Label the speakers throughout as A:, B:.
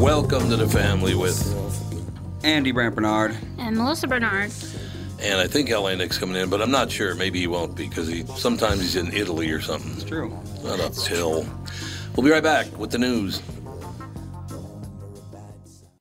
A: Welcome to the family with,
B: Andy Brant Bernard.
C: And Melissa Bernard.
A: and I think LA Nick's coming in, but I'm not sure. Maybe he won't because he sometimes he's in Italy or something.
B: True.
A: Not up till. We'll be right back with the news.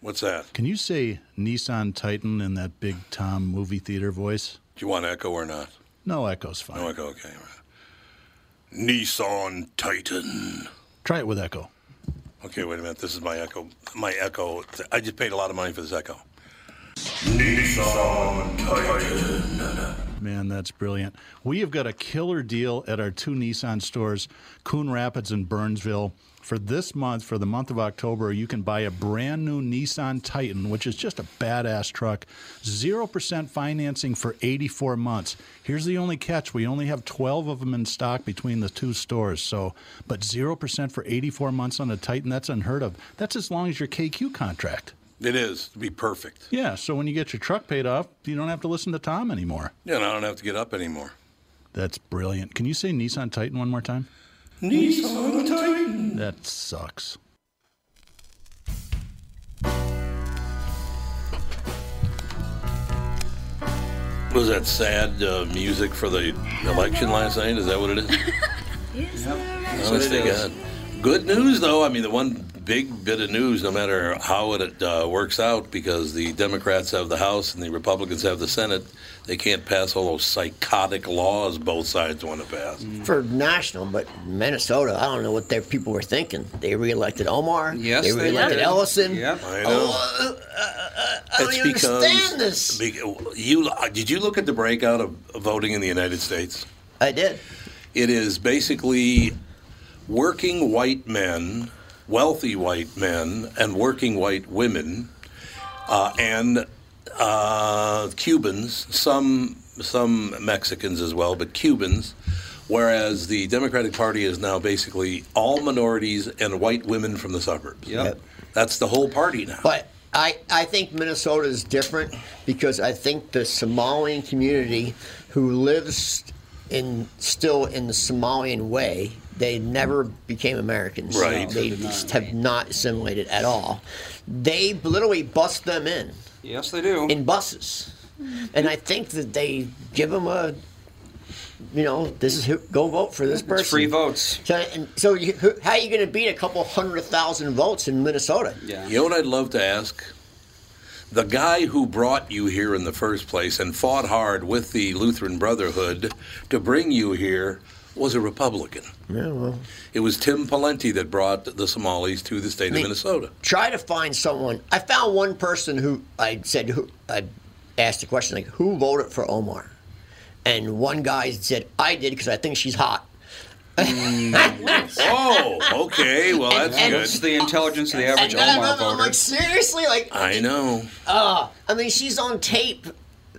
A: What's that?
D: Can you say Nissan Titan in that big Tom movie theater voice?
A: Do you want echo or not?
D: No echoes, fine.
A: No echo, okay. all right. Nissan Titan.
D: Try it with echo.
A: Okay, wait a minute. This is my echo. My echo. I just paid a lot of money for this echo. Nissan Titan.
D: Man, that's brilliant. We have got a killer deal at our two Nissan stores, Coon Rapids and Burnsville. For this month, for the month of October, you can buy a brand new Nissan Titan, which is just a badass truck. 0% financing for 84 months. Here's the only catch we only have 12 of them in stock between the two stores. So, but 0% for 84 months on a Titan, that's unheard of. That's as long as your KQ contract.
A: It is to be perfect.
D: Yeah, so when you get your truck paid off, you don't have to listen to Tom anymore.
A: Yeah, and I don't have to get up anymore.
D: That's brilliant. Can you say Nissan Titan one more time?
A: Nissan Titan.
D: That sucks.
A: Was that sad uh, music for the election last night? Is that what it is?
B: That's what
A: Honest
B: it
A: to
B: is.
A: God. Good news, though. I mean, the one big bit of news, no matter how it uh, works out, because the Democrats have the House and the Republicans have the Senate, they can't pass all those psychotic laws both sides want to pass.
E: for national, but Minnesota, I don't know what their people were thinking. They reelected Omar.
B: Yes,
E: they
B: they
E: reelected
B: did.
E: Ellison.
B: Yep.
A: I know.
E: Oh, uh, uh, uh, I don't even understand this.
A: because you did you look at the breakout of voting in the United States?
E: I did.
A: It is basically working white men, wealthy white men, and working white women, uh, and uh, Cubans, some some Mexicans as well, but Cubans. Whereas the Democratic Party is now basically all minorities and white women from the suburbs.
B: Yep.
A: That's the whole party now.
E: But I, I think Minnesota is different because I think the Somalian community who lives in still in the Somalian way, they never became Americans.
A: Right.
E: They just have not assimilated at all. They literally bust them in.
B: Yes, they do.
E: in buses, and I think that they give them a, you know, this is who, go vote for this person.
B: it's free votes.
E: So, and so you, who- how are you going to beat a couple hundred thousand votes in Minnesota?
B: Yeah.
A: You know what I'd love to ask? The guy who brought you here in the first place and fought hard with the Lutheran Brotherhood to bring you here, was a Republican.
E: Yeah, well.
A: It was Tim Pawlenty that brought the Somalis to the state of
E: mean-
A: Minnesota.
E: Try to find someone. I found one person who I said who I asked the question like who voted for Omar, and one guy said I did because I think she's hot.
B: Mm.
A: Oh, okay. Well, that's
E: and-
A: good.
B: That's the intelligence of the average
E: and then I
B: Omar
E: remember, I'm
B: voter.
E: like seriously like
A: I know.
E: I mean, she's on tape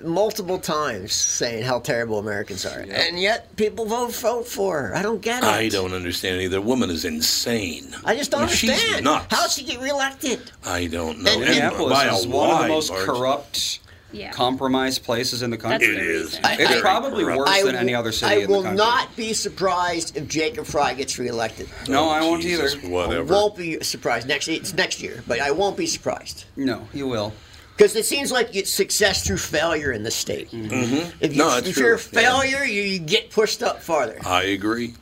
E: multiple times saying how terrible Americans are, and yet people vote vote for her. I don't get it.
A: I don't understand either. Woman is insane.
E: I just don't
A: I mean,
E: understand.
A: She's nuts.
E: How did she get reelected?
A: I don't know.
E: And-
B: Minneapolis
A: by a
B: is one of the
A: wide
B: most
A: margin.
B: corrupt,
C: Yeah.
B: compromised places in the
C: That's
B: country.
C: the
A: It is.
C: reason.
E: I-
B: It's
A: Very
B: probably
A: corrupt.
B: worse
E: I
B: than
E: will-
B: any other city
E: I
B: in the
E: will
B: country.
E: not be surprised if Jacob Fry gets reelected.
B: No, I
A: Oh,
B: won't
A: Jesus,
B: either.
A: Whatever.
E: I won't be surprised next. It's next year, but I won't be surprised
B: No, you will.
E: because it seems like it's success through failure in this state. If, you,
A: Mm-hmm. No,
E: if
A: it's
E: you're a
A: true, yeah.
E: failure, you, you get pushed up farther.
A: I agree.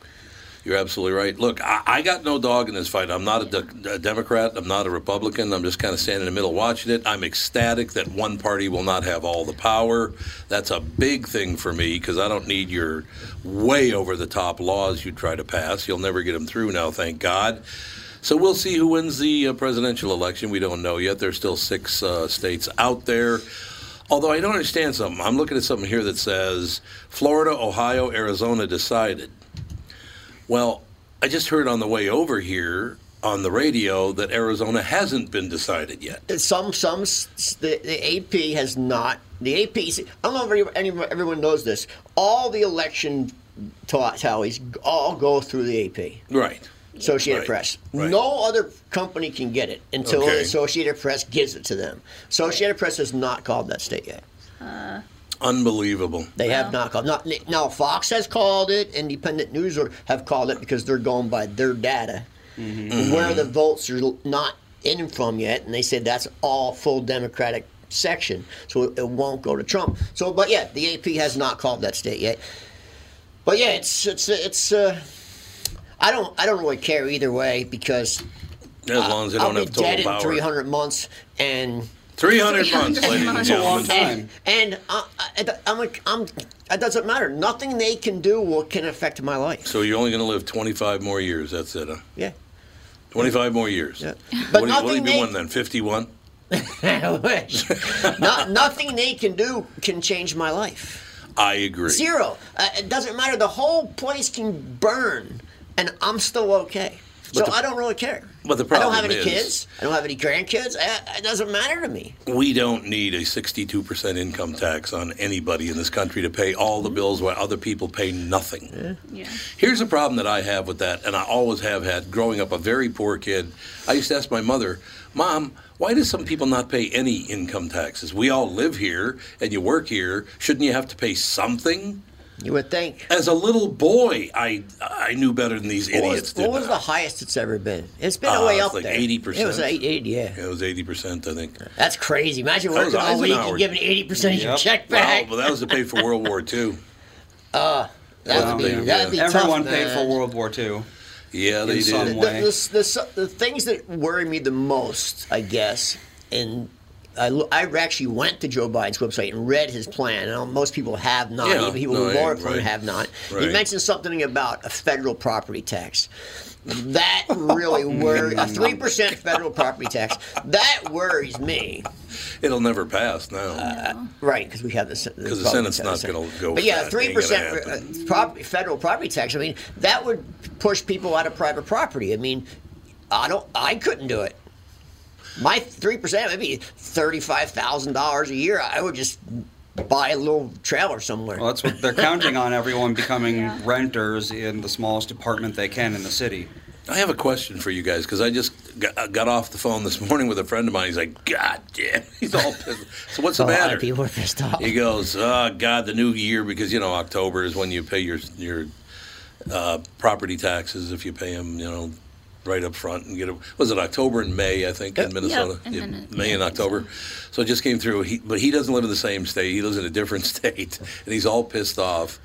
A: You're absolutely right. Look, I, I got no dog in this fight. I'm not a, de- a Democrat. I'm not a Republican. I'm just kind of standing in the middle watching it. I'm ecstatic that one party will not have all the power. That's a big thing for me because I don't need your way over the top laws you try to pass. You'll never get them through now, thank God. So we'll see who wins the uh, presidential election. We don't know yet. There's still six uh, states out there. Although I don't understand something. I'm looking at something here that says Florida, Ohio, Arizona decided. Well, I just heard on the way over here on the radio that Arizona hasn't been decided yet.
E: some some s- s- the, the AP has not the AP. see, I don't know if any- any- everyone knows this. All the election ta- tallies all go through the AP,
A: Right.
E: Associated
A: Right,
E: Press.
A: right.
E: No other company can get it until
A: Okay.
E: Associated Press gives it to them. Associated Press has not called that state yet.
A: Unbelievable.
E: They have not called. Not, now Fox has called it. Independent news or- have called it because they're going by their data,
A: Mm-hmm.
E: where the votes are not in from yet, and they said that's all full Democratic section, so it, it won't go to Trump. So, but yeah, the AP has not called that state yet. But yeah, it's it's it's. Uh, I don't I don't really care either way because
A: As long as they
E: I'll
A: don't
E: be
A: have total
E: dead in
A: power.
E: 300 months and.
A: 300 months,
C: 300
A: ladies and
C: months.
A: gentlemen.
B: That's a long time.
E: And I, I, I'm, like, I'm, it doesn't matter. Nothing they can do will, can affect my life.
A: So you're only going to live 25 more years. That's it, huh?
E: Yeah.
A: 25 more years.
E: Yeah.
A: But what
E: But
A: do you, what do you
E: nothing
A: be
E: they-
A: one then? 51?
E: I wish. Not, nothing they can do can change my life.
A: I agree.
E: Zero. Uh, it doesn't matter. The whole place can burn, and I'm still okay. So
A: the-
E: I don't really care.
A: but the
E: I don't have
A: problem
E: any
A: is-
E: kids. I don't have any grandkids. I, it doesn't matter to me.
A: We don't need a 62% income tax on anybody in this country to pay all the bills while other people pay nothing.
C: Yeah.
A: Here's a problem that I have with that, and I always have had growing up a very poor kid. I used to ask my mother, Mom, why do some people not pay any income taxes? We all live here and you work here. Shouldn't you have to pay something?
E: You would think.
A: As a little boy, I I knew better than these
E: What
A: idiots
E: was,
A: did.
E: what was
A: I?
E: the highest it's ever been? It's been
A: Uh,
E: way
A: it's
E: up
A: like
E: there.
A: 80%.
E: It was eight, 80, yeah.
A: Yeah, it was 80%, I think.
E: That's crazy. Imagine
A: That was
E: working all week
A: Eisenhower.
E: and giving 80% of your
B: Yep.
E: check
A: Wow,
E: back.
A: well, that was to pay for World War II.
E: That would be,
A: Well,
E: that'd be tough,
B: Um, Everyone paid
E: man.
B: for World War II.
A: Yeah, they
B: In some
A: did.
E: The, the, the, the things that worry me the most, I guess, and I, lo- I actually went to Joe Biden's website and read his plan. And most people have not,
A: Yeah,
E: even people
A: no,
E: who
A: I-
E: voted for him
A: right,
E: have not.
A: right.
E: You mentioned something about a federal property tax. That really worries
A: Mm.
E: a three percent federal property tax. That worries me.
A: It'll never pass now.
E: Right, because we have the because
A: the Senate's not gonna go for
E: But yeah,
A: that. It ain't
E: three
A: gonna
E: percent
A: happen.
E: property, federal property tax. I mean, that would push people out of private property. I mean, I don't, I couldn't do it. My three percent, maybe thirty-five thousand dollars a year. I would just buy a little trailer somewhere.
B: Well, that's what they're counting on everyone becoming
C: Yeah.
B: renters in the smallest apartment they can in the city.
A: I have a question for you guys because I just got, got off the phone this morning with a friend of mine. He's like, God damn. He's all pissed. So, what's
E: a
A: the matter?
E: lot of people are pissed off.
A: He goes, oh, God, the new year, because, you know, October is when you pay your your uh, property taxes if you pay them, you know, right up front and get it. Was it October and May, I think, in Minnesota?
C: Uh, and then it-
A: May and
C: yeah, I think
A: October. So it just came through. He, but he doesn't live in the same state. He lives in a different state, and he's all pissed off.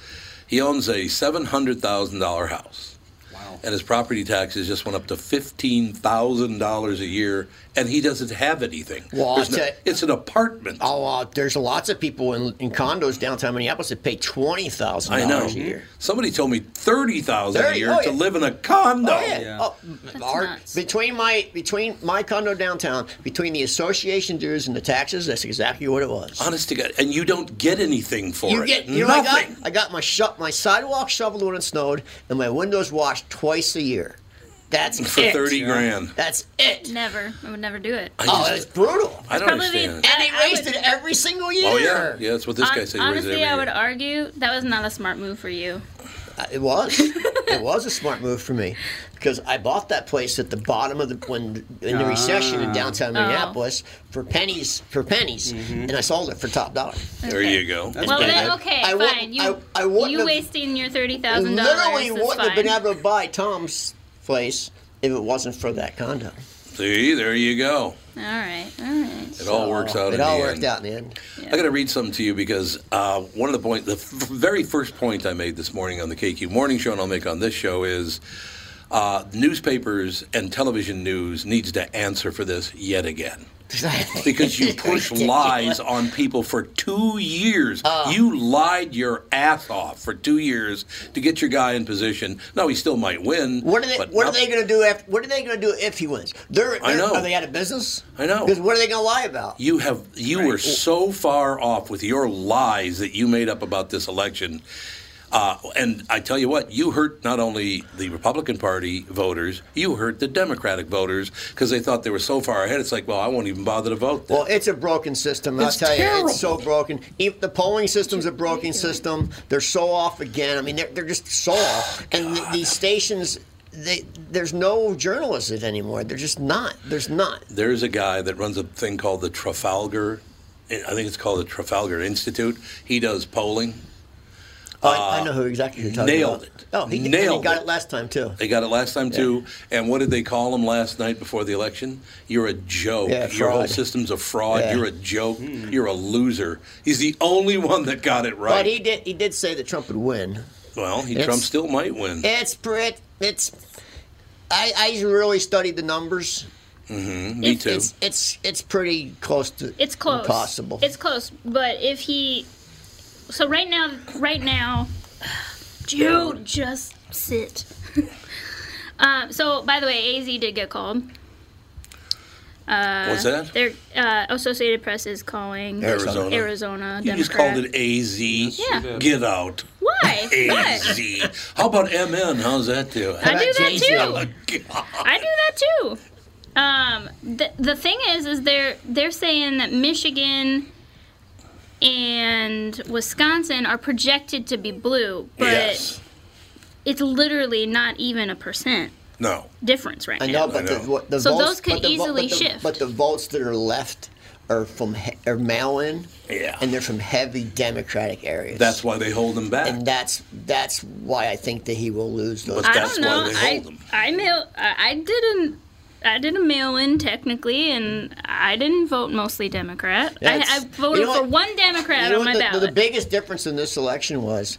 A: He owns a $700,000 house.
B: Wow. Wow.
A: and his property taxes just went up to fifteen thousand dollars a year, and he doesn't have anything.
E: Well, I'll
A: There's no-
E: tell you-
A: it's an apartment.
E: Oh, uh, there's lots of people in, in condos downtown Minneapolis that pay twenty thousand
A: I know.
E: dollars a year.
A: Somebody told me thirty thousand a
E: Thirty,
A: year
E: oh,
A: to
E: yeah.
A: live in a condo.
E: Oh, yeah.
B: Yeah.
E: Oh, our-
C: nuts.
E: between my between my condo downtown, between the association dues and the taxes, that's exactly what it was.
A: Honest to God, and you don't get anything for
E: you
A: it.
E: get "Oh, you know what I
A: nothing.
E: got I got my sho- my sidewalk shoveled when it snowed and my windows washed twice a year. That's
A: for
E: it.
A: thirty grand.
E: That's it.
C: Never. I would never do it.
E: Oh, that's brutal.
A: I don't
C: Probably
A: understand.
C: the-
E: and they
C: I- I
E: raised
C: would-
E: it every single year.
A: Oh yeah, yeah. That's what this guy said. He raised it
C: honestly,
A: every
C: I
A: year.
C: would argue that was not a smart move for you.
E: Uh, It was. it was a smart move for me because I bought that place at the bottom of the when in the recession
C: Ah.
E: in downtown
C: Oh.
E: Minneapolis for pennies for pennies,
C: Mm-hmm.
E: and I sold it for top dollar.
A: There
C: Okay.
A: you go.
C: well,
B: bad.
C: then
E: I-
C: okay,
E: I wouldn't-
C: fine. You,
E: I- I wouldn't
C: you
E: have-
C: wasting your thirty
E: I
C: thousand dollars.
E: literally
C: is
E: wouldn't have
C: fine.
E: been able to buy Tom's place if it wasn't for that condo.
A: See, there you go.
C: All right, all right.
A: It all works out.
E: It
A: in
E: all
A: the
E: worked
A: end.
E: out in the end.
A: I got to read something to you because uh, one of the point, the f- very first point I made this morning on the KQ Morning Show, and I'll make on this show is uh, newspapers and television news needs to answer for this yet again. Because you push lies on people for two years.
E: Ah.
A: you lied your ass off for two years to get your guy in position. Now he still might win.
E: What are they?
A: but
E: What
A: not-
E: are they going to do? After, what are they going to do if he wins? They're,
A: I
E: they're-
A: know.
E: Are they out of business?
A: I know.
E: Because what are they going to lie about?
A: You have you were so far off with your lies that you made up about this election. Uh, and I tell you what, you hurt not only the Republican Party voters, you hurt the Democratic voters because they thought they were so far ahead. It's like, well, I won't even bother to vote. Then.
E: Well, it's a broken system.
A: It's
E: I'll tell you,
A: terrible.
E: it's so broken. Even the polling system's a broken system. They're so off again. I mean, they're, they're just so
C: Oh,
E: off. And th- these stations, they, there's no journalism anymore. They're just not. There's not.
A: There's a guy that runs a thing called the Trafalgar. eh, I think it's called the Trafalgar Institute. He does polling.
E: Oh, I, I know who exactly you're talking
A: Uh, nailed
E: about.
A: it.
E: Oh, he, and
A: Nailed
E: he got
A: it.
E: it. last time too.
A: They got it last time too. And what did they call him last night before the election? You're a joke.
E: Yeah,
A: Your whole
E: fraud.
A: system's a fraud.
E: Yeah.
A: You're a joke. You're a loser. He's the only one that got it right.
E: But he did. He did say that Trump would win.
A: well, he,
E: It's-
A: Trump still might win.
E: It's pretty. It's. I, I really studied the numbers.
A: Me too.
E: It's it's it's pretty close to
C: It's close.
E: impossible.
C: It's close, but if he, so right now, right now, Jude, just sit. um, so by the way, AZ did get called.
A: What's that?
C: Their uh, Associated Press is calling
A: Arizona.
C: Arizona.
A: You just
C: Democrat.
A: called it AZ.
C: Yeah. did.
A: Get out.
C: Why? What?
A: AZ. How about MN? How's that Oh doing?
C: I do that
E: Change
C: too.
E: it.
C: I do that too. Um, the the thing is, is they're they're saying that Michigan and Wisconsin are projected to be blue, but
A: yes.
C: it's literally not even a percent
A: No.
C: difference right
E: I
C: now.
E: know, but
A: know.
E: the, what, the
C: So
E: votes,
C: those could
E: but the vo-
C: easily
E: but the-
C: shift.
E: But the votes that are left are from he- are mail in,
A: Yeah.
E: and they're from heavy Democratic areas.
A: That's why they hold him back.
E: and that's that's why I think that he will lose those.
A: But
C: I
A: that's
C: don't know.
A: why they
C: I
A: hold them.
C: I mail I I didn't. I did a mail-in technically, and I didn't vote mostly Democrat. I,
E: That's-
C: I voted
E: you know
C: for
E: what-
C: one Democrat
E: You know
C: on my
E: what the,
C: ballot.
E: The biggest difference in this election was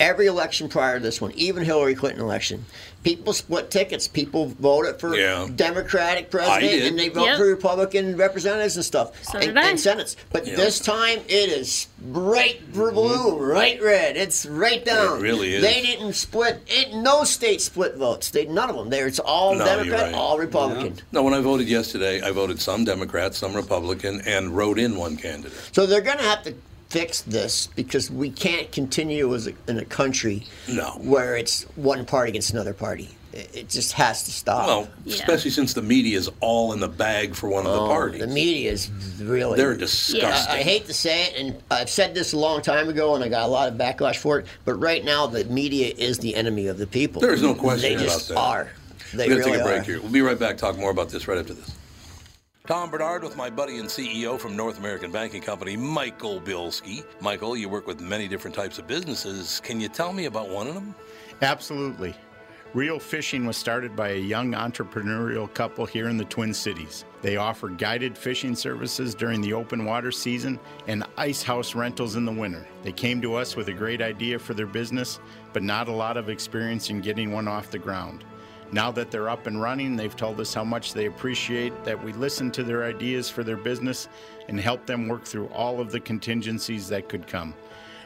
E: every election prior to this one, even Hillary Clinton election, people split tickets. People voted for
A: Yeah.
E: Democratic
A: did.
E: president and they vote
C: Yep.
E: for Republican representatives and stuff
C: So
E: and,
C: did I.
E: and senates. But
A: Yeah. Mm-hmm.
E: this time it is right blue, right red. It's right down.
A: really is.
E: They didn't split. It, no state split votes. They none of them. There, it's all
A: No, you're
E: Democrat,
A: right.
E: all Republican.
A: No, when I voted yesterday, I voted some Democrat, some Republican, and wrote in one candidate.
E: So they're going to have to fix this because we can't continue as a, in a country
A: No.
E: where it's one party against another party. It, it just has to stop.
A: Well,
C: Yeah.
A: especially since the media is all in the bag for one of the parties.
E: Oh, the media is really
A: They're
E: I,
A: disgusting.
E: I hate to say it, and I've said this a long time ago, and I got a lot of backlash for it. But right now, the media is the enemy of the people.
A: There's no question
E: They
A: about
E: just
A: that.
E: are. They
A: We're going
E: really
A: to take a break
E: are.
A: here. We'll be right back. Talk more about this right after this. Tom Bernard with my buddy and CEO from North American Banking Company, Michael Bilski. Michael, you work with many different types of businesses. Can you tell me about one of them?
F: Absolutely. Rio Fishing was started by a young entrepreneurial couple here in the Twin Cities. They offer guided fishing services during the open water season and ice house rentals in the winter. They came to us with a great idea for their business, but not a lot of experience in getting one off the ground. Now that they're up and running, they've told us how much they appreciate that we listen to their ideas for their business and help them work through all of the contingencies that could come.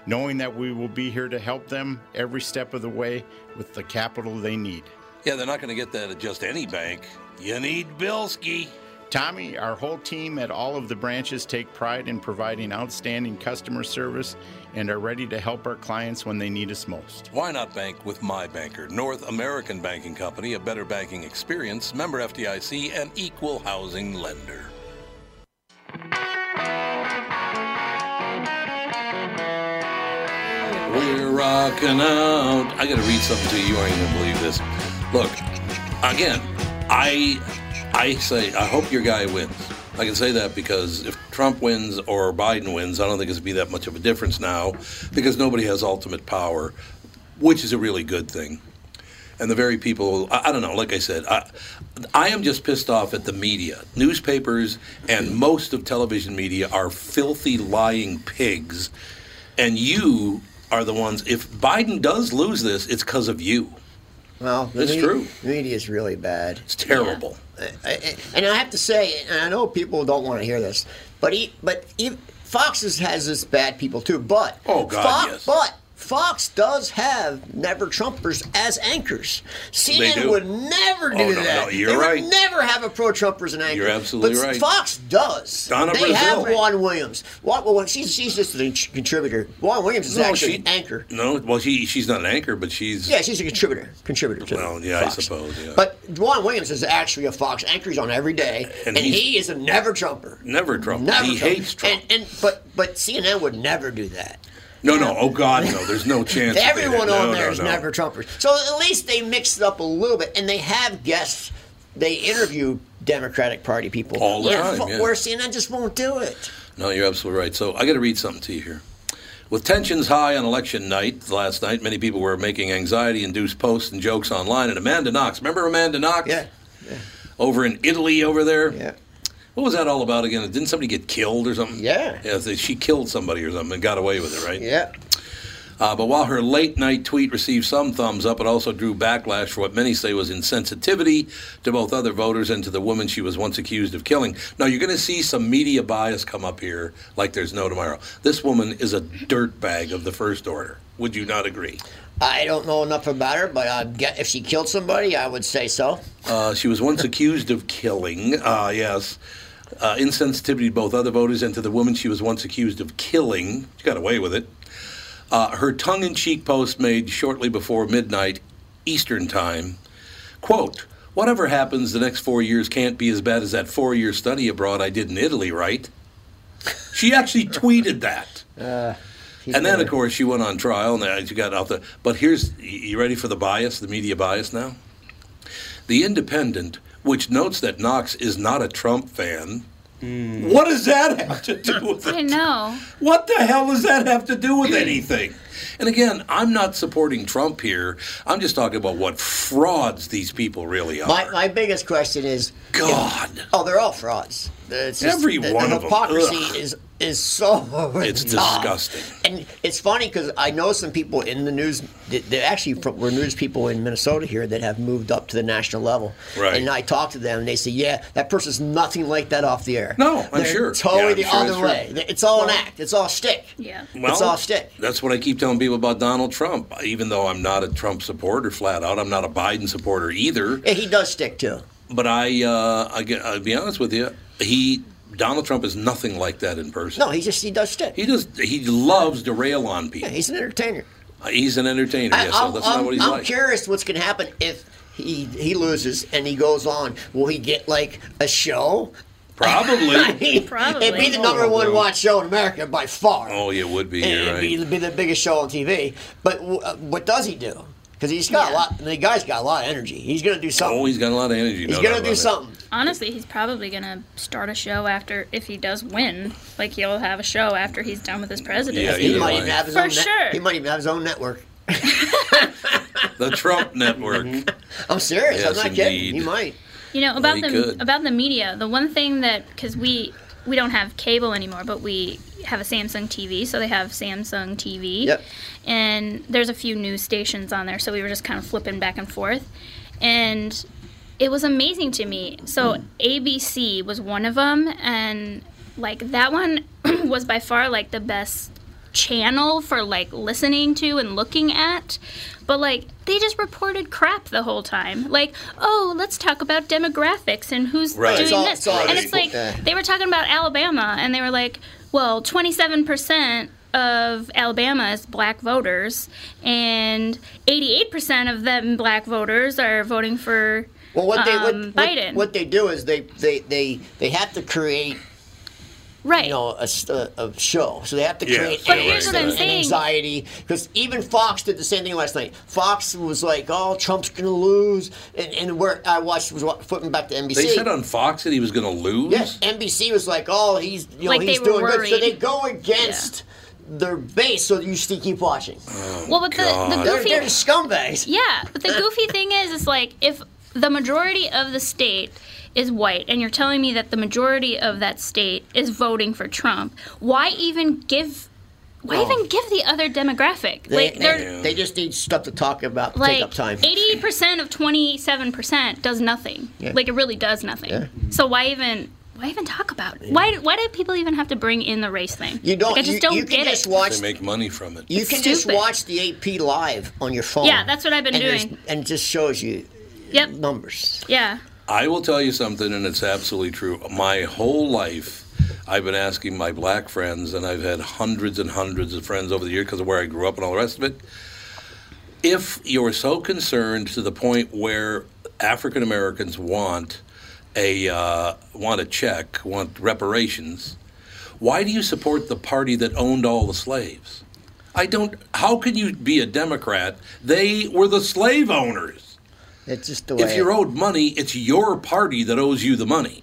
F: Knowing that we will be here to help them every step of the way with the capital they need.
A: Yeah, they're not going to get that at just any bank. You need Bilski.
F: Tommy, our whole team at all of the branches take pride in providing outstanding customer service and are ready to help our clients when they need us most.
A: Why not bank with my banker? North American Banking Company, a better banking experience, member FDIC, and equal housing lender. We're rocking out. I got to read something to you. You aren't going to believe this. Look, again, I I say I hope your guy wins. I can say that because if Trump wins or Biden wins, I don't think it's going to be that much of a difference now because nobody has ultimate power, which is a really good thing. And the very people, I, I don't know, like I said, I, I am just pissed off at the media. Newspapers and most of television media are filthy, lying pigs. And you are the ones, if Biden does lose this, it's because of you.
E: Well, the
A: It's
E: media,
A: true.
E: Media is really bad.
A: It's terrible.
E: I- and I have to say, and I know people don't want to hear this, but he, but he, Fox is, has this bad people too. But
A: Oh, God,
E: Fox,
A: yes.
E: but Fox does have never Trumpers as anchors. CNN
A: do.
E: would never do
A: Oh, no,
E: that.
A: no, you're
E: they
A: right.
E: Would never have a pro Trumpers an anchor.
A: You're absolutely
E: but
A: right.
E: Fox does.
A: Donna
E: they have
A: Brazil.
E: Juan Williams. Juan, well, she's she's just a contributor. Juan Williams is actually an anchor.
A: No, well, she she's not an anchor, but she's
E: Yeah, she's a contributor. Contributor to
A: Well, yeah, I
E: Fox.
A: suppose, yeah.
E: But Dwan Williams is actually a Fox anchor. He's on every day,
A: And
E: and,
A: he's-
E: he is a never Trumper.
A: never Trump.
E: Never.
A: he
E: Trump.
A: hates Trump.
E: And, and but but CNN would never do that.
A: no, no. Oh God, no. There's no chance. that they did.
E: Everyone
A: No,
E: on
A: no,
E: there is
A: no.
E: never Trumpers. So at least they mix it up a little bit, and they have guests. They interview Democratic Party people
A: All the
E: where
A: time,
E: fo-
A: yeah.
E: Where CNN just won't do it.
A: No, you're absolutely right. So I got to read something to you here. With tensions high on election night last night, many people were making anxiety-induced posts and jokes online. And Amanda Knox, remember Amanda Knox?
E: Yeah.
A: Over in Italy, over there.
E: Yeah.
A: What was that all about again? Didn't somebody get killed or something?
E: Yeah.
A: Yeah. they- She killed somebody or something and got away with it, right?
E: Yeah.
A: Uh, but while her late night tweet received some thumbs up, it also drew backlash for what many say was insensitivity to both other voters and to the woman she was once accused of killing. Now, you're going to see some media bias come up here like there's no tomorrow. This woman is a dirtbag of the first order. Would you not agree?
E: I don't know enough about her, but I'd get, if she killed somebody, I would say so.
A: Uh, she was once accused of killing, uh, yes. Uh, insensitivity to both other voters and to the woman she was once accused of killing. She got away with it. Uh, her tongue in cheek post made shortly before midnight Eastern Time. Quote, whatever happens, the next four years can't be as bad as that four year study abroad I did in Italy, right? She actually tweeted that. and then, of course, she went on trial and uh, she got out the. But here's, y- you ready for the bias, the media bias now? The Independent, which notes that Knox is not a Trump fan.
E: Hmm.
A: What does that have to do with
C: I
A: it?
C: know.
A: What the hell does that have to do with
E: Hmm.
A: anything? And again, I'm not supporting Trump here. I'm just talking about what frauds these people really are.
E: My, my biggest question is
A: God.
E: Oh, they're all frauds. It's just-
A: Every
E: the,
A: one
E: the
A: of 'em.
E: hypocrisy
A: Ugh.
E: is is so over the
A: It's
E: top.
A: disgusting.
E: And it's funny because I know some people in the news. They they actually from, were news people in Minnesota here that have moved up to the national level.
A: Right.
E: And I talk to them, and they say, "Yeah, that person's nothing like that off the air.
A: No, I'm
E: They're
A: sure. Yeah,
E: Totally
A: I'm
E: the
A: sure
E: other
A: that's
E: way.
A: true.
E: They- It's all an act. It's all shtick.
C: Yeah.
E: it's all shtick.
A: That's what I keep telling people about Donald Trump. Even though I'm not a Trump supporter flat out, I'm not a Biden supporter either.
E: Yeah, he does stick too.
A: But I, uh, I get- I'll be honest with you, he Donald Trump is nothing like that in person.
E: No, he just he does stick.
A: He just he loves to rail on people.
E: yeah, he's an entertainer.
A: He's an entertainer.
E: I-
A: yes, so
E: I'm-
A: that's
E: I'm-
A: not what he's
E: I'm
A: like.
E: curious what's going to happen if he he loses and he goes on. Will he get like a show?
A: Probably.
C: Probably.
E: It'd be the number one watch show in America by far.
A: oh, yeah, it would be.
E: it'd
A: You're right.
E: be, it'd be the biggest show on TV. But w- uh, what does he do? Because he's got a
C: Yeah.
E: lot. The guy's got a lot of energy. He's going to do something.
A: Oh, he's got a lot of energy.
E: He's
A: no doubt
E: going to
A: about
E: do
A: it.
E: something.
C: Honestly, he's probably gonna start a show after if he does win. Like he'll have a show after he's done with his presidency.
A: Yeah,
E: He
A: either
E: might
A: way.
E: even have his
C: For
E: own. net-
C: sure.
E: he might even have his own network.
A: The Trump Network.
E: I'm serious.
A: Yes,
E: I'm not
A: indeed.
E: kidding. You might.
C: You know about
A: he
C: the
A: could.
C: about the media. The one thing that because we we don't have cable anymore, but we have a Samsung TV, so they have Samsung TV.
E: Yep.
C: And there's a few news stations on there, so we were just kind of flipping back and forth, and it was amazing to me. So ABC was one of them, and like that one was by far like the best channel for like listening to and looking at but like they just reported crap the whole time like oh let's talk about demographics and who's
A: Right.
C: doing
A: It's all-
C: this
E: it's all
C: and
E: right.
C: it's like
E: Yeah.
C: they were talking about alabama and they were like well 27% of alabama is black voters and 88% of them black voters are voting for
E: Well, what they
C: um,
E: what, what-
C: Biden.
E: What, they do is they they they they have to create
C: right
E: you know a, s- a- a show, so they have to
A: Yeah,
E: create
A: but
E: angst
A: here's what I'm
E: and
C: saying.
E: anxiety. Because even Fox did the same thing last night. Fox was like, "Oh, Trump's gonna lose," and and where I watched was wa- flipping back to NBC.
A: They said on Fox that he was going to lose.
E: Yes, NBC was like, "Oh, he's you know
C: Like, they
E: he's
C: were
E: doing good," so
C: worried.
E: they go against their base so that you still keep watching.
A: Uh,
C: well but the, the
A: God.
E: They're,
C: goofy
E: they're scumbags.
C: Yeah, but the goofy thing is, it's like if the majority of the state is white, and you're telling me that the majority of that state is voting for Trump, why even give? Why even give the other demographic?
E: They,
C: like
E: they,
C: they're.
E: they just need stuff to talk about to take
C: Like
E: up time.
C: eighty percent of twenty seven percent does nothing.
E: Yeah.
C: Like it really does nothing.
E: Yeah.
C: So why even why even talk about it? Why why do people even have to bring in the race thing?
E: You don't.
C: Like, I just
E: you,
C: don't
E: you
C: get
E: can just
C: it.
E: watch
A: They make money from it.
E: You
C: It's
E: can just
C: stupid.
E: watch the AP live on your phone.
C: Yeah, that's what I've been
E: and there's-
C: doing.
E: And it just shows you
C: Yep.
E: numbers.
C: Yeah.
A: I will tell you something, and it's absolutely true. My whole life, I've been asking my black friends, and I've had hundreds and hundreds of friends over the years because of where I grew up and all the rest of it. If you're so concerned to the point where African Americans want a uh, want a check, want reparations, why do you support the party that owned all the slaves? I don't. How can you be a Democrat? They were the slave owners.
E: It's just the way.
A: If you're owed money, it's your party that owes you the money.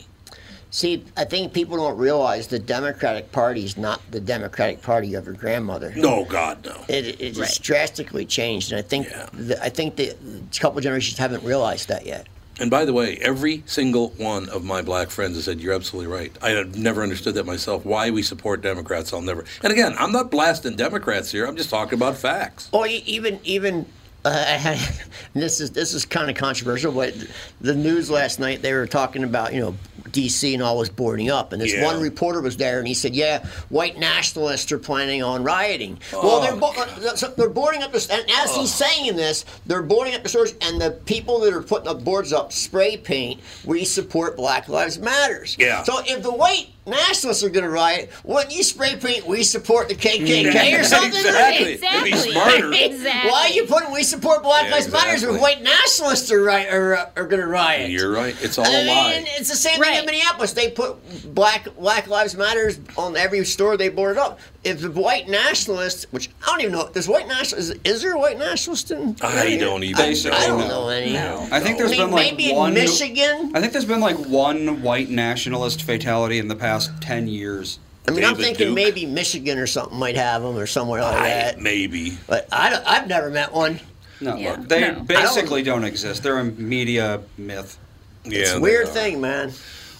E: See, I think people don't realize the Democratic Party is not the Democratic Party of your grandmother.
A: No, God, no.
E: It, it has drastically changed, and I think
A: Yeah.
E: the, I think the a couple generations haven't realized that yet.
A: And by the way, every single one of my black friends has said, You're absolutely right. I have never understood that myself. Why we support Democrats, I'll never. And again, I'm not blasting Democrats here. I'm just talking about facts.
E: Or e- even even uh, I had, and this is this is kind of controversial, but the news last night they were talking about you know D.C. and all was boarding up, and this
A: Yeah.
E: one reporter was there, and he said, "Yeah, white nationalists are planning on rioting." well,
A: Oh.
E: they're bo- uh, so they're boarding up the and as he's saying this, they're boarding up the stores, and the people that are putting up boards up spray paint, "We support Black Lives Matters."
A: Yeah.
E: So if the white nationalists are going to riot, wouldn't you spray paint, "We support the KKK" or something?
A: Exactly. It'd
C: Exactly.
A: be smarter.
C: Exactly.
E: Why are you putting we support Black
A: Yeah,
E: Lives Matters
A: exactly.
E: when white nationalists are right are, are going to riot?
A: You're right. It's all
E: I
A: a
E: mean,
A: lie.
E: it's the same thing in
C: Right.
E: Minneapolis. They put black Black Lives Matters on every store they boarded up. If the white nationalists, which I don't even know, there's white nationalists. Is, there a white nationalist in?
A: I don't even
B: I
A: know.
E: I don't
B: No.
E: know any.
B: I think
E: I
B: there's
E: mean,
B: been like
E: maybe
B: one
E: in Michigan.
B: I think there's been like one white nationalist fatality in the past ten years.
E: I mean, I'm
A: David
E: thinking
A: Duke.
E: maybe Michigan or something might have them or somewhere like
A: I,
E: that.
A: maybe.
E: But I don't, I've never met one.
B: No,
C: Yeah.
B: look, they
C: No.
B: basically don't exist. They're a media myth.
A: Yeah,
E: It's
A: they
E: a weird
A: are.
E: thing, man.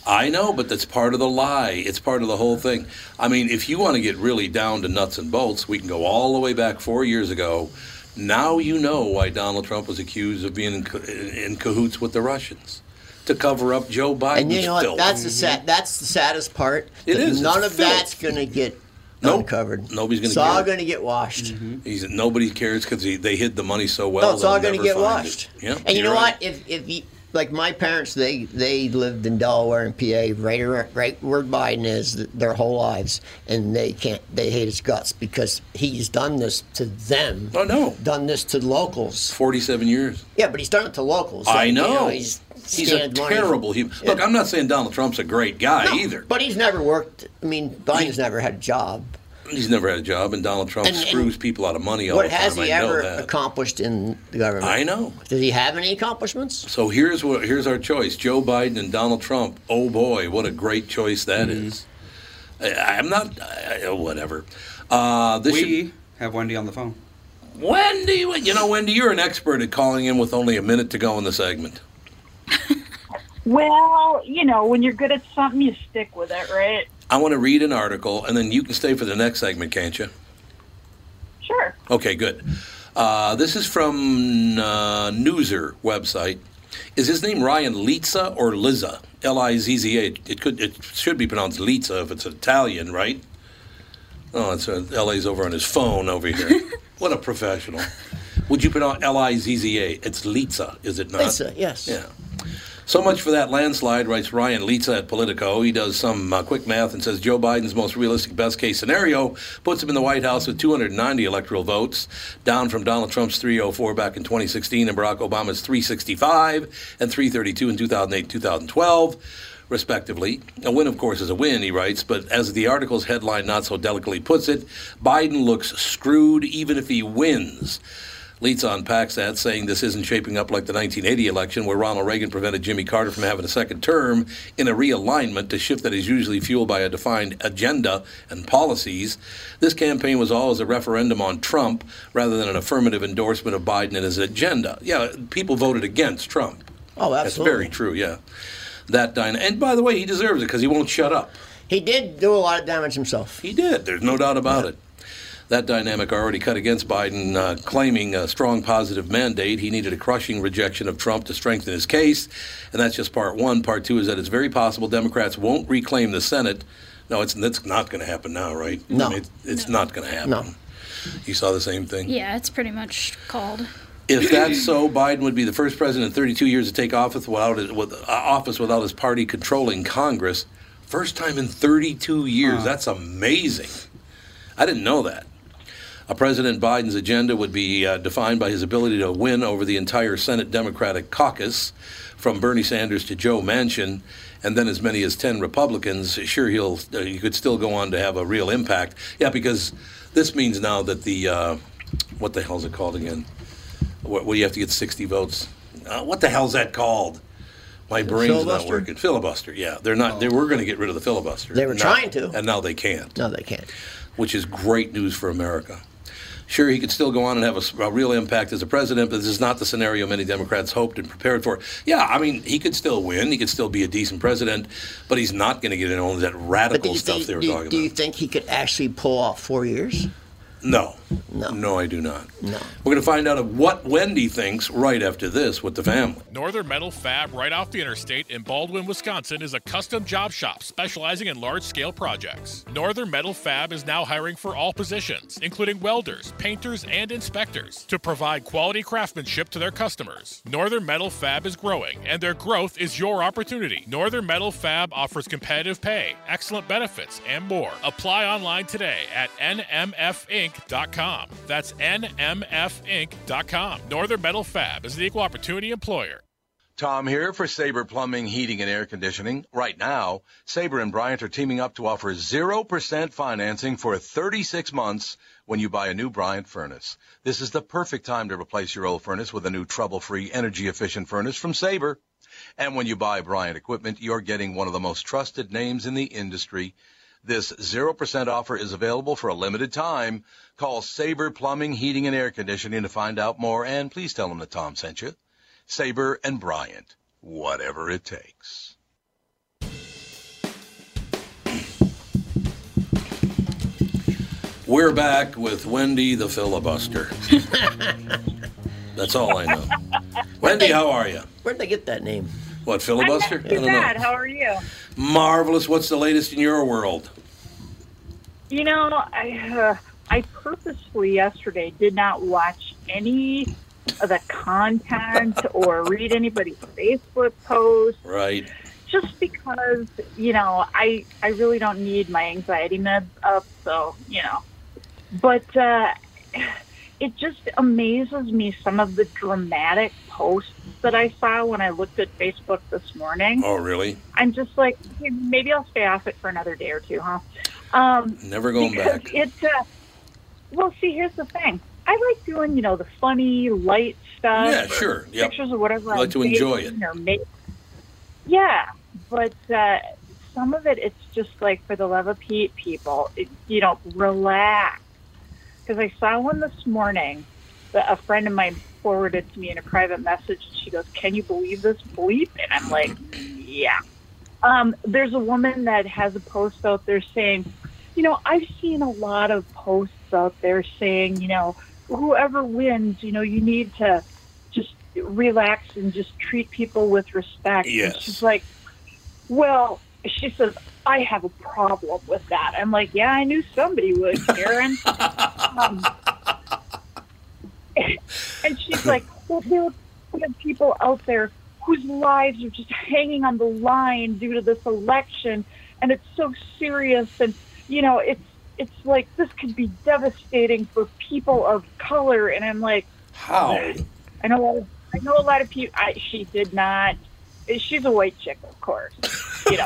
A: I know, but that's part of the lie. It's part of the whole thing. I mean, if you want to get really down to nuts and bolts, we can go all the way back four years ago. Now you know why Donald Trump was accused of being in, co- in cahoots with the Russians to cover up Joe Biden's
E: And you know what?
A: filth.
E: That's the sad. That's the saddest part.
A: It
E: that
A: is.
E: None
A: It's
E: of
A: filth.
E: that's gonna get
A: Nope.
E: uncovered.
A: Nobody's gonna
E: It's all
A: care.
E: gonna get washed.
A: He's, nobody cares because they hid the money so well.
E: no, it's all
A: they'll
E: gonna
A: never
E: get
A: find it.
E: washed.
A: Yeah,
E: and you
A: you're
E: know
A: right.
E: what? If if you like my parents, they they lived in Delaware and PA, right around, right where Biden is, th- their whole lives, and they can't. They hate his guts because he's done this to them.
A: Oh no,
E: Done this to locals.
A: forty-seven years.
E: Yeah, but he's done it to locals.
A: I
E: Like, you
A: know.
E: he's
A: He's a
E: scanned money from-
A: terrible human. Look, I'm not saying Donald Trump's a great guy
E: No,
A: either.
E: But he's never worked. I mean, Biden's never had a job.
A: He's never had a job, and Donald Trump
E: And- and
A: screws people out of money all
E: What
A: the time.
E: has he
A: I know
E: ever
A: that.
E: accomplished in the government?
A: I know.
E: Does he have any accomplishments?
A: So here's what here's our choice: Joe Biden and Donald Trump. Oh boy, what a great choice that is. I, I'm not I, I- whatever. Uh, this
B: We
A: should-
B: have Wendy on the phone.
A: Wendy, Wen- you know, Wendy, you're an expert at calling in with only a minute to go in the segment.
G: Well, you know, when you're good at something, you stick with it, right?
A: I want to read an article, and then you can stay for the next segment, can't you?
G: Sure.
A: Okay, good. Uh, this is from uh, Newser website. Is his name Ryan Lizza or Lizza? L I Z Z A. It could, it should be pronounced Lizza if it's Italian, right? Oh, it's uh, LA's over on his phone over here. what a professional. Would you pronounce L I Z Z A? It's Lizza, is it not?
E: Lisa, yes.
A: Yeah. So much for that landslide, writes Ryan Lietza at Politico. He does some uh, quick math and says Joe Biden's most realistic best case scenario puts him in the White House with 290 electoral votes, down from Donald Trump's 304 back in 2016 and Barack Obama's 365 and 332 in 2008 2012 respectively. A win, of course, is a win, he writes, but as the article's headline not so delicately puts it, Biden looks screwed even if he wins. Leitz unpacks that, saying this isn't shaping up like the 1980 election, where Ronald Reagan prevented Jimmy Carter from having a second term in a realignment, to shift that is usually fueled by a defined agenda and policies. This campaign was always a referendum on Trump rather than an affirmative endorsement of Biden and his agenda. Yeah, people voted against Trump.
E: Oh,
A: That's very
E: absolutely.
A: true, yeah. That dyna- and by the way, he deserves it because he won't shut up.
E: He did do a lot of damage himself.
A: He did. There's no doubt about it. That dynamic already cut against Biden, uh, claiming a strong positive mandate. He needed a crushing rejection of Trump to strengthen his case. And that's just part one. Part two is that it's very possible Democrats won't reclaim the Senate. No, it's that's not going to happen now, right?
E: No.
A: it's it's not going to happen.
E: No.
A: You saw the same thing?
C: Yeah, it's pretty much called.
A: If that's so, Biden would be the first president in 32 years to take office without his, with, uh, office without his party controlling Congress. First time in 32 years. That's amazing. I didn't know that. A President Biden's agenda would be uh, defined by his ability to win over the entire Senate Democratic caucus, from Bernie Sanders to Joe Manchin, and then as many as 10 Republicans. Sure, he'll uh, he could still go on to have a real impact. Yeah, because this means now that the uh, what the hell is it called again? What, what do you have to get 60 votes? Uh, what the hell's that called? My brain's not
E: Filibuster? Oh.
A: working. Filibuster. Yeah, they're not. They were going to get rid of the filibuster.
E: They were
A: Now-
E: trying to.
A: and now they can't
E: No, they can't.
A: which is great news for America. Sure, he could still go on and have a s- a, real impact as a president, but this is not the scenario many Democrats hoped and prepared for. Yeah, I mean, he could still win. He could still be a decent president, but he's not going to get in all that
E: But do
A: radical
E: you,
A: stuff
E: think,
A: they were
E: do you-
A: talking
E: do you
A: about.
E: think he could actually pull off four years?
A: No.
E: No.
A: I do not.
E: No.
A: We're going to find out of what Wendy thinks right after this with the family.
H: Northern Metal Fab, right off the interstate in Baldwin, Wisconsin, is a custom job shop specializing in large scale projects. Northern Metal Fab is now hiring for all positions, including welders, painters, and inspectors, to provide quality craftsmanship to their customers. Northern Metal Fab is growing, and their growth is your opportunity. Northern Metal Fab offers competitive pay, excellent benefits, and more. Apply online today at nmfinc.com. That's nmfinc.com. Northern Metal Fab is an equal opportunity employer.
I: Tom here for Sabre Plumbing, Heating, and Air Conditioning. Right now, Sabre and Bryant are teaming up to offer 0% financing for 36 months when you buy a new Bryant furnace. This is the perfect time to replace your old furnace with a new trouble-free, energy-efficient furnace from Sabre. And when you buy Bryant equipment, you're getting one of the most trusted names in the industry. This 0% offer is available for a limited time. Call Sabre Plumbing, Heating, and Air Conditioning to find out more, and please tell them that Tom sent you. Sabre and Bryant, whatever it takes.
A: We're back with Wendy the filibuster. That's all I know. Wendy, how are you?
E: Where'd they get that name?
A: What, filibuster?
G: I'm not too bad. How are you?
A: Marvelous. What's the latest in your world?
G: You know, I uh, I purposefully yesterday did not watch any of the content or read anybody's Facebook posts
A: Right.
G: just because you know I I really don't need my anxiety meds up, so you know. But uh, it just amazes me some of the dramatic posts that I saw when I looked at Facebook this morning.
A: Oh, really?
G: I'm just like, "Hey, maybe I'll stay off it for another day or two, huh? Um,
A: Never going
G: because
A: back.
G: It, uh, well, see, here's the thing. I like doing, you know, the funny, light stuff.
A: Yeah,
G: or
A: sure. Yep.
G: uh, Pictures of whatever.
A: I like
G: I'm
A: to enjoy
G: baking or make- Yeah, but uh, some of it, it's just like for the love of Pete, people, it, you know, relax. Because I saw one this morning a friend of mine forwarded to me in a private message. She goes, "Can you believe this bleep?" And I'm like, "Yeah." Um, there's a woman that has a post out there saying, "You know, I've seen a lot of posts out there saying, you know, whoever wins, you know, you need to just relax and just treat people with respect." And
J: Yes.
G: she's like, "Well," she says, "I have a problem with that." I'm like, "Yeah, I knew somebody would, Karen." um, and she's like, well, there are people out there whose lives are just hanging on the line due to this election, and it's so serious, and you know, it's it's like this could be devastating for people of color, and I'm like,
B: How?
G: I know, a lot of, I know a lot of people. I, she did not. She's a white chick, of course. You know,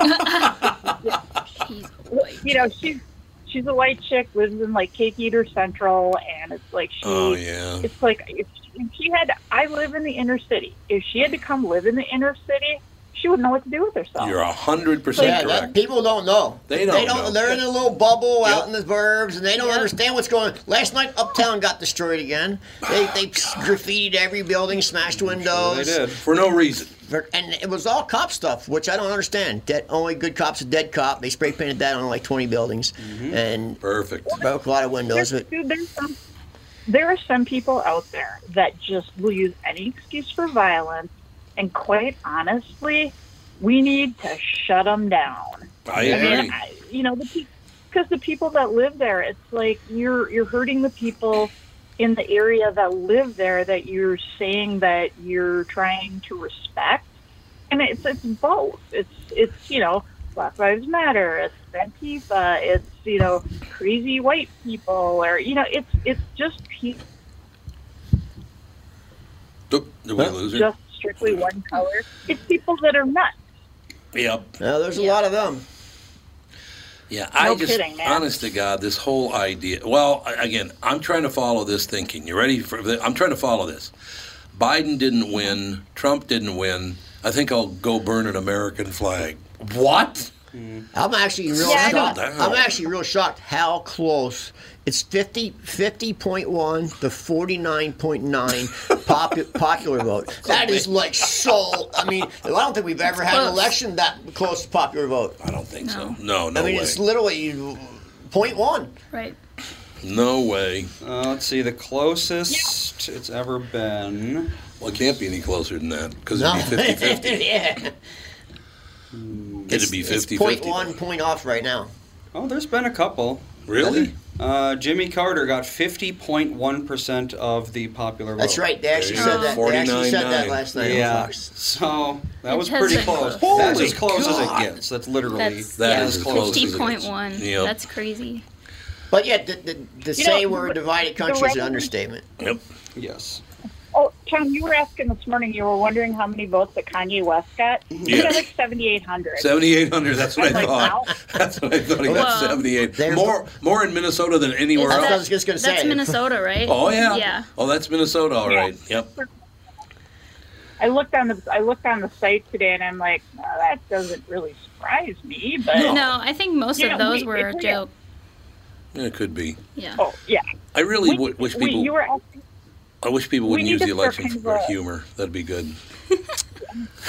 G: you know, she's she's a white chick, lives in like Cake Eater Central, and it's like she
A: Oh, yeah.
G: it's like if she, if she had I live in the inner city. If she had to come live in the inner city, she wouldn't know what to do with herself.
A: You're hundred
E: Yeah,
A: percent
E: that-
A: correct.
E: people don't know.
A: They don't know.
E: They're in a little bubble out in the burbs, and they don't understand what's going. on. Last night, Uptown got destroyed again. They they graffitied every building, smashed windows.
A: They did for no reason.
E: For- and it was all cop stuff, which I don't understand. Dead, only good cops a dead cop. They spray painted that on like 20 buildings
A: Mm-hmm.
E: and
A: perfect
E: broke a lot of windows. But
G: Dude, there's some, there are some people out there that just will use any excuse for violence, and quite honestly, we need to shut them down.
A: I
G: mean,
A: agree.
G: I, you know, because the people that live there, it's like you're you're hurting the people in the area that live there that you're saying that you're trying to respect, and it's it's both. It's it's you know Black Lives Matter. It's Antifa. It's you know crazy white people, or you know it's it's just people.
A: Oop, Did we lose her?
G: just strictly one color. It's people that are nuts.
A: Yep.
E: there's a lot of them.
A: Yeah,
G: No
A: I just
G: kidding, man.
A: honest to God, this whole idea. Well, I- again, I'm trying to follow this thinking. You ready for? The, I'm trying to follow this. Biden didn't win. Trump didn't win. I think I'll go burn an American flag. What?
E: I'm actually real
A: Yeah, I
E: shocked.
A: don't-
E: I'm actually real shocked how close it's 50 50.1 to 49.9 popu- popular vote. That is like so. I mean, I don't think we've ever had an
A: Close.
E: election that close to popular vote.
A: I don't think so. No, no
E: I mean,
A: way.
E: it's literally point one.
C: Right.
A: No way.
B: Uh, let's see, the closest it's ever been.
A: Well, it can't be any closer than that because it'd be 50 50.
E: yeah.
A: It'd be 50
E: It's point one point off right now.
B: Oh, there's been a couple.
A: Really?
B: Uh, Jimmy Carter got 50.1% of the popular vote.
E: That's right. They actually said that. They actually said that last night
B: Yeah.
E: on Fox.
B: So that
E: It
B: was
E: has
B: pretty
E: been
B: close.
E: close.
B: That's
E: Holy
B: as close
E: God.
B: as it gets. That's literally
C: That's
E: That
C: yeah,
E: is as close as it
C: fifty
E: gets.
C: point one.
E: Yep.
C: That's crazy.
E: But yet, the, the, the
G: You
E: say
G: know,
E: we're a divided
G: the
E: country is an
G: record-
E: understatement.
A: Yep.
B: Yes.
G: Oh, Tom, you were asking this morning. You were wondering how many votes that Kanye West got. He
A: Yeah.
G: got like seventy-eight hundred.
A: 7,800. That's what
G: I'm
A: I
G: like,
A: thought. That's what I thought. He
C: Well,
A: got 78. More, more in Minnesota than anywhere
C: Is
A: else.
C: that- That's Minnesota, right?
A: Oh yeah.
C: Yeah.
A: Oh, that's Minnesota. All right. Yep.
G: I looked on the I looked on the site today, and I'm like, "Oh, that doesn't really surprise me. But
C: No, I think most
G: You
C: of
G: know,
C: those
G: we-
C: were a
G: if we-
C: joke.
A: Yeah, it could be.
C: Yeah.
G: Oh yeah.
A: I really would wish
G: We,
A: people.
G: you were asking,
A: I wish people wouldn't
G: need
A: use
G: to
A: the election
G: start
A: for
G: kind of a-
A: humor. That'd be good.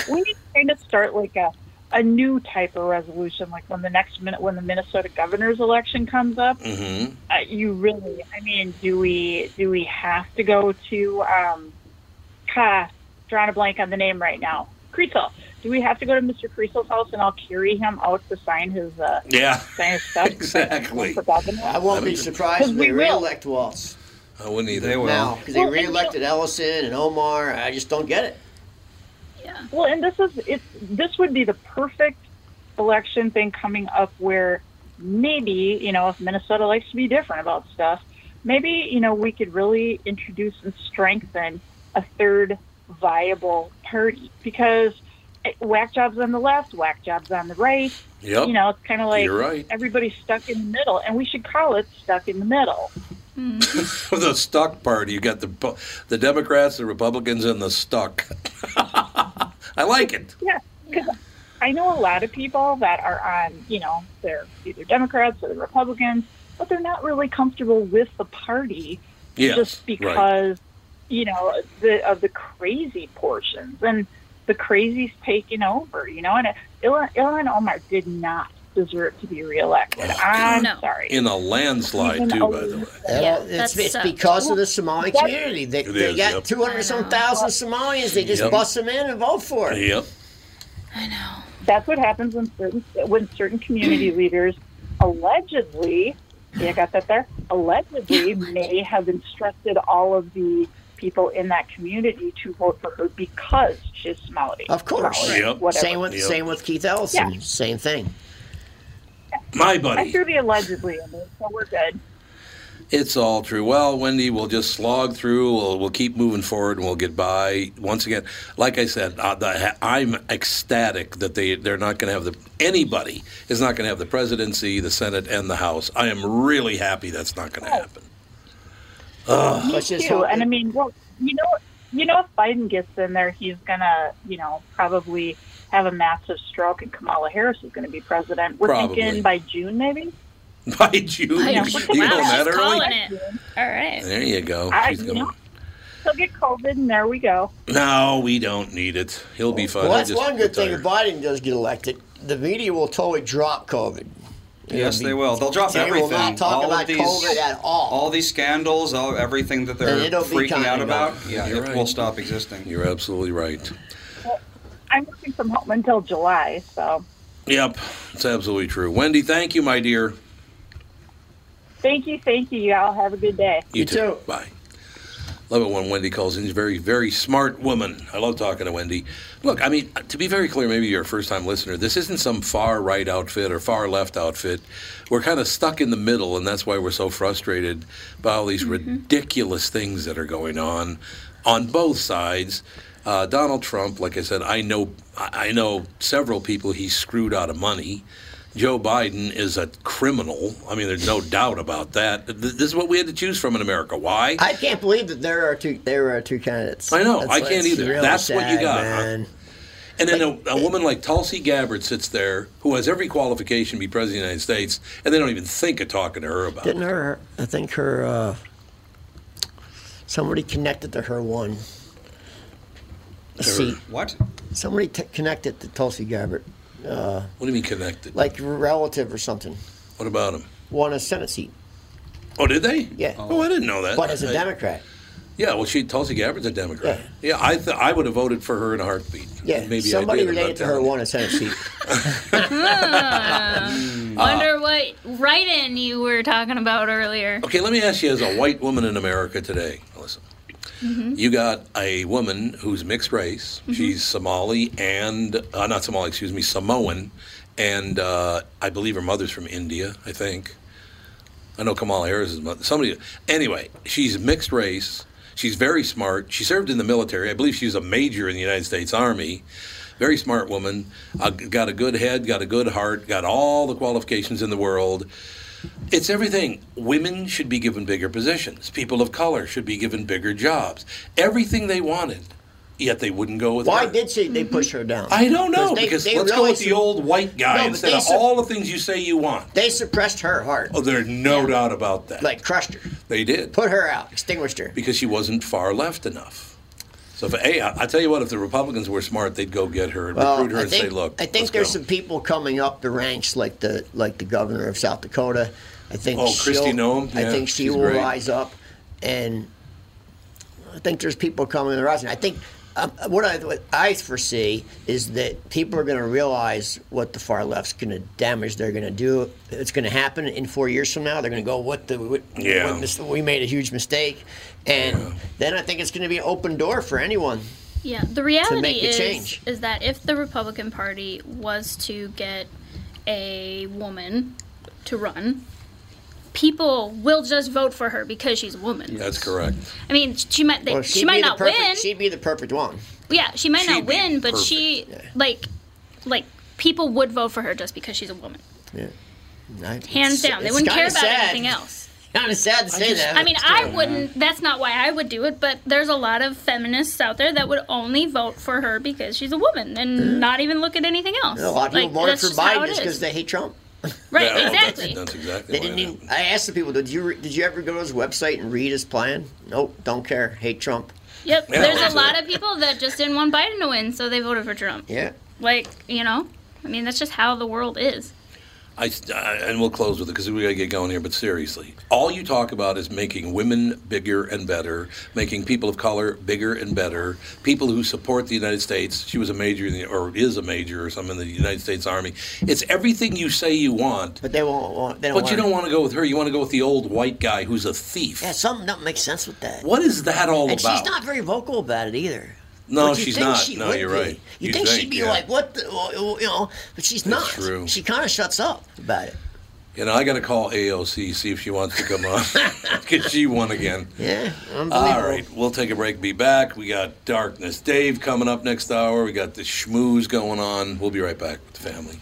G: we need to kind of start like a a new type of resolution, like when the next minute when the Minnesota governor's election comes up.
A: Mm-hmm.
G: Uh, you really, I mean, do we do we have to go to um, ah, drawing a blank on the name right now, Creasel? Do we have to go to Mr. Creasel's house and I'll carry him out to sign his uh,
A: Yeah.
G: sign his stuff?
A: Exactly.
G: For governor?
E: I won't be surprised if they reelect Waltz.
A: I wouldn't either.
B: They will.
E: Now, because they reelected Ellison and Omar. I just don't get it.
G: Well, and this is it's this would be the perfect election thing coming up where maybe you know if Minnesota likes to be different about stuff, maybe you know we could really introduce and strengthen a third viable party because eh, whack jobs on the left, whack jobs on the right.
A: Yep.
G: You know, it's kind of like
A: You're right.
G: everybody's stuck in the middle, and we should call it stuck in the middle.
A: the stuck party. You got the po- the Democrats, the Republicans, and the stuck. I like it.
G: Yeah, 'cause I know a lot of people that are on, you know, they're either Democrats or the Republicans, but they're not really comfortable with the party
A: Yes,
G: just
A: right.
G: because you know the of the crazy portions and the crazies taking over. You know, and Ilan, Ilan Omar did not deserve to be reelected. Um, I'm sorry.
A: In a landslide,
G: Even
A: too,
G: a-
A: by the way.
G: Yeah,
E: it's
G: that
E: it's
G: sucks.
E: because of the
G: Well,
E: Somali
G: that-
E: community. They,
A: It
E: they
A: is,
E: got
A: yep.
E: 200 some thousand Somalians. They just
A: Yep.
E: bust them in and vote for it.
A: Yep.
G: That's what happens when certain when certain community leaders allegedly, yeah, I got that there, allegedly may have instructed all of the people in that community to vote for her because she's Somali.
E: Of course.
G: Somali, whatever.
E: Same with same with Keith Ellison. Same thing.
A: My
G: I
A: buddy.
G: threw the allegedly in there, so we're good.
A: It's all true. Well, Wendy, we'll just slog through. We'll, we'll keep moving forward, and we'll get by. Once again, like I said, uh, the, I'm ecstatic that they they're not going to have the anybody is not going to have the presidency, the Senate, and the House. I am really happy that's not
G: Oh.
A: going to happen. Ugh.
G: Me too. And I mean, well, you know, you know, if Biden gets in there, he's gonna, you know, probably have a massive stroke, and Kamala Harris is going to be president. We're
A: Probably.
G: thinking by June, maybe.
A: By June,
G: I
A: you
G: know.
A: going that early?
C: All right.
A: There you go.
G: I-
A: She's
G: you
A: gonna-
G: know, He'll get COVID, and there we go.
A: No, we don't need it. He'll be fine.
E: Well,
A: I
E: that's
A: just-
E: one good thing. If Biden does get elected, the media will totally drop COVID.
B: Yes, they will. They'll drop
E: They will
B: everything.
E: not talk
B: all
E: about
B: of these,
E: COVID at all.
B: these scandals, all everything that
E: And
B: they're
E: it'll be
B: freaking
E: coming
B: out
E: up.
B: about. Yeah,
A: You're
B: it
A: right.
B: will stop existing.
A: You're absolutely right.
G: I'm working from home until July, so
A: Yep, it's absolutely true. Wendy, thank you, my dear.
G: thank you, thank you, y'all. Have a good day.
A: You, too. Bye. Love it when Wendy calls in. She's a very, very smart woman. I love talking to Wendy. Look, I mean, to be very clear, maybe you're a first time listener, this isn't some far right outfit or far left outfit. We're kind of stuck in the middle, and that's why we're so frustrated by all these ridiculous things that are going on on both sides. Uh, Donald Trump, like I said, I know, I I know several people he screwed out of money. Joe Biden is a criminal. I mean, there's no doubt about that. Th- This is what we had to choose from in America. Why?
E: I can't believe that there are two there are two candidates.
A: I know.
E: That's-
A: I can't
E: that's
A: either.
E: really
A: That's what you
E: sad,
A: got. huh?
E: man.
A: And then a, a woman like Tulsi Gabbard sits there, who has every qualification to be president of the United States, and they don't even think of talking to her about
E: Didn't
A: it.
E: her? I think her. Uh, somebody connected to her one. See
B: what?
E: Somebody t- connected to Tulsi Gabbard, uh,
A: What do you mean connected?
E: like relative or something.
A: What about him?
E: Won a Senate seat,
A: Oh, did they?
E: Yeah.
A: Oh, I didn't know that.
E: but as a
A: I-
E: Democrat.
A: Yeah, well, she Tulsi Gabbard's a Democrat. Yeah, I th- I would have voted for her in a heartbeat.
E: Yeah,
A: maybe
E: somebody
A: I did, I'm not
E: related to her
A: telling you.
E: won a Senate seat. Uh,
C: Wonder what write-in you were talking about earlier.
A: Okay, let me ask you as a white woman in America today, Melissa.
C: Mhm.
A: You got a woman who's mixed race. She's Somali and uh, not Somali, excuse me, Samoan, and uh, I believe her mother's from India. I think. I know Kamala Harris's mother. Somebody. Anyway, she's mixed race. She's very smart. She served in the military. I believe she was a major in the United States Army. Very smart woman. Uh, got a good head. Got a good heart. Got all the qualifications in the world. It's everything. Women should be given bigger positions. People of color should be given bigger jobs. Everything they wanted, yet they wouldn't go with
E: Why
A: her.
E: did she? They push her down.
A: I don't know
E: they-
A: because
E: they
A: let's go
E: really
A: with the
E: sup-
A: old white guy
E: No, but
A: instead
E: they
A: of
E: sup-
A: all the things you say you want.
E: They suppressed her hard,
A: Oh, there's no doubt about that.
E: like crushed her,
A: they did
E: put her out, extinguished her.
A: because she wasn't far left enough. So, if, hey, I, I tell you what, if the Republicans were smart, they'd go get her and recruit her
E: Uh, I
A: and
E: think,
A: say, "Look,
E: I think
A: let's
E: there's
A: go.
E: some people coming up the ranks, like the like the governor of South Dakota. I think
A: Oh, Kristi
E: she'll-
A: Noem?
E: I
A: Yeah,
E: think she
A: she's
E: will
A: great.
E: rise up, and I think there's people coming in the rising. I think um, what I what I foresee is that people are going to realize what the far left's going to damage. They're going to do. It's going to happen in four years from now. They're going to go, "What the? What,
A: Yeah.
E: what mis- we made a huge mistake," and then I think it's going to be an open door for anyone.
C: Yeah, the reality
E: make the
C: is
E: change.
C: is that if the Republican Party was to get a woman to run, people will just vote for her because she's a woman.
A: That's correct.
C: I mean, she might they,
E: Well,
C: she,
E: she'd be
C: might
E: the
C: not
E: perfect-
C: win.
E: She'd be the perfect one.
C: yeah, she might not
E: she'd be
C: win, but she like like people would vote for her just because she's a woman.
E: Yeah.
C: Hands down, they wouldn't care about anything else.
E: Kind of sad to say that.
C: I mean, I wouldn't. That's not why I would do it. But there's a lot of feminists out there that would only vote for her because she's a woman and not even look at anything else.
E: A lot of people
C: Like,
E: voted
C: that's
E: for
C: just how
E: Biden
C: it
E: just
C: is.
E: because they hate Trump.
C: Right,
A: Yeah, well, that's-
C: exactly.
A: That's, exactly.
E: They
A: what
E: didn't
A: I
E: even, I asked the people, did you re- did you ever go to his website and read his plan? Nope, don't care. Hate Trump.
C: Yep.
E: Yeah,
C: There's
E: that's
C: a lot of people that just didn't want Biden to win, so they voted for Trump.
E: Yeah.
C: Like, you know, I mean, that's just how the world is.
A: I, I- and we'll close with it because we got to get going here. But seriously, all you talk about is making women bigger and better, making people of color bigger and better, people who support the United States. She was a major in the, or is a major or something in the United States Army. It's everything you say you want.
E: But they won't want. They don't
A: but you
E: want-
A: don't want to go with her. You want to go with the old white guy who's a thief.
E: Yeah, something don't make sense with that.
A: What is that all
E: and
A: about?
E: she's not very vocal about it either.
A: No,
E: But you
A: she's
E: think
A: not.
E: she
A: No,
E: would
A: you're
E: be.
A: right.
E: You,
A: You
E: think,
A: think,
E: she'd be
A: yeah.
E: like, what? The, well, you know, but she's not.
A: true.
E: She kind of shuts up about it.
A: You know, I got to call AOC see if she wants to come on because she won again.
E: Yeah, unbelievable.
A: All right, we'll take a break. Be back. We got Darkness Dave coming up next hour. We got the schmooze going on. We'll be right back with the family.